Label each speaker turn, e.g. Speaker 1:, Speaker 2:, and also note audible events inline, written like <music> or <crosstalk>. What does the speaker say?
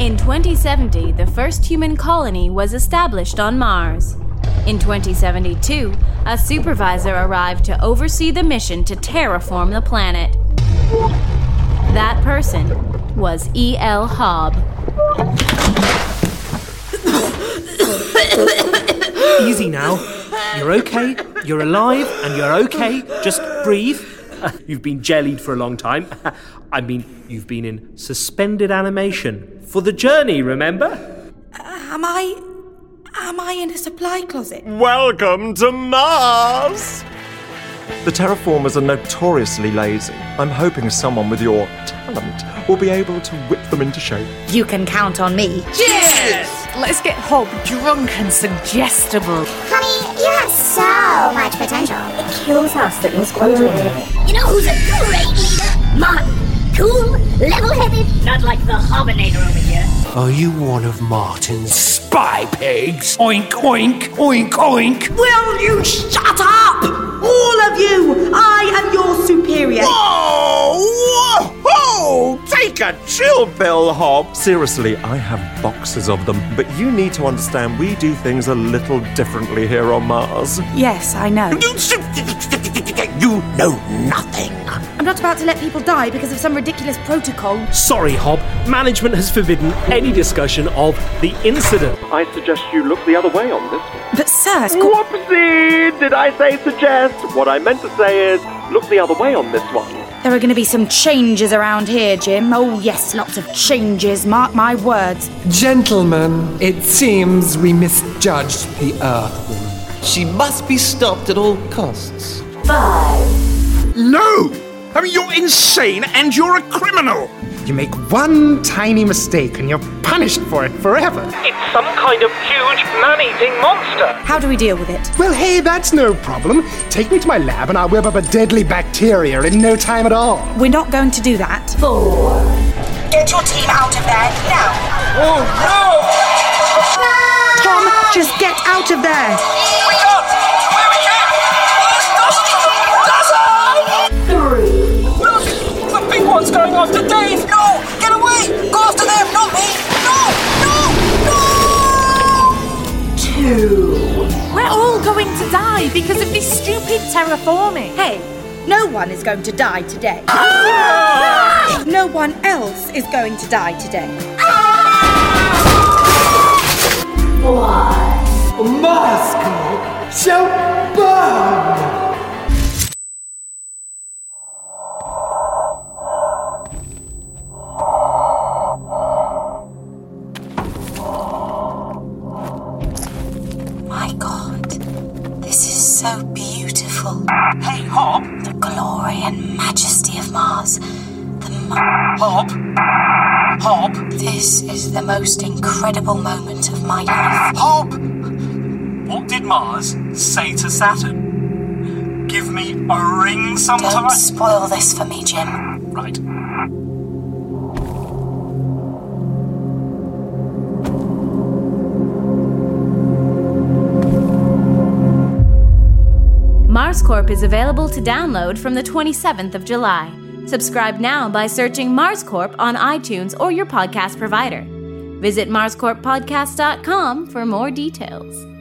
Speaker 1: In 2070, the first human colony was established on Mars. In 2072, a supervisor arrived to oversee the mission to terraform the planet. That person was E.L. Hobb.
Speaker 2: Easy now. You're okay. You're alive and you're okay. Just breathe. <laughs> You've been jellied for a long time. <laughs> I mean, you've been in suspended animation for the journey, remember?
Speaker 3: Am I. Am I in a supply closet?
Speaker 4: Welcome to Mars! The terraformers are notoriously lazy. I'm hoping someone with your talent will be able to whip them into shape.
Speaker 5: You can count on me.
Speaker 6: Let's get Hob drunk and suggestible.
Speaker 7: Honey, you have so much potential.
Speaker 8: It kills us that we're squandering it.
Speaker 9: You know who's a great leader? Martin. Cool, level-headed, not like the Hobinator over here.
Speaker 10: Are you one of Martin's spy pigs? Oink, oink, oink, oink.
Speaker 3: Will you shut up? All of you! I am your superior.
Speaker 4: Oh, whoa, Take a chill pill, Hob. Seriously, I have boxes of them, but you need to understand we do things a little differently here on Mars.
Speaker 3: Yes, I know.
Speaker 10: You know nothing.
Speaker 3: I'm not about to let people die because of some ridiculous protocol.
Speaker 2: Sorry, Hob. Management has forbidden any discussion of the incident.
Speaker 11: I suggest you look the other way on this one.
Speaker 3: But, sir, it's called-
Speaker 11: Whoopsie! Did I say suggest? What I meant to say is look the other way on this one.
Speaker 3: there are going to be some changes around here, Jim. Oh, yes, lots of changes. Mark my words.
Speaker 12: Gentlemen, it seems we misjudged the Earthwoman.
Speaker 13: She must be stopped at all costs.
Speaker 10: No! I mean, you're insane and you're a criminal!
Speaker 12: You make one tiny mistake and you're punished for it forever.
Speaker 14: It's some kind of huge man-eating monster.
Speaker 3: How do we deal with it?
Speaker 12: Well, hey, that's no problem. Take me to my lab and I'll whip up a deadly bacteria in no time at all.
Speaker 3: We're not going to do that.
Speaker 8: Get your team out of there now.
Speaker 10: Oh, no!
Speaker 3: Tom, just get out of there.
Speaker 14: The big one's going after Dave. No, get away. Go after them, not me.
Speaker 6: We're all going to die because of this stupid terraforming.
Speaker 3: Hey, no one is going to die today.
Speaker 6: Ah!
Speaker 3: No one else is going to die today.
Speaker 12: Moscow shall burn!
Speaker 5: My God, this is so beautiful.
Speaker 14: Hey, Hob.
Speaker 5: The glory and majesty of Mars. The mo-
Speaker 14: Hob. Hob.
Speaker 5: this is the most incredible moment of my life.
Speaker 11: Hob! What did Mars say to Saturn? Give me a ring sometime.
Speaker 5: Don't spoil this for me, Jim.
Speaker 11: Right.
Speaker 1: Mars Corp is available to download from the 27th of July. Subscribe now by searching Mars Corp on iTunes or your podcast provider. Visit marscorppodcast.com for more details.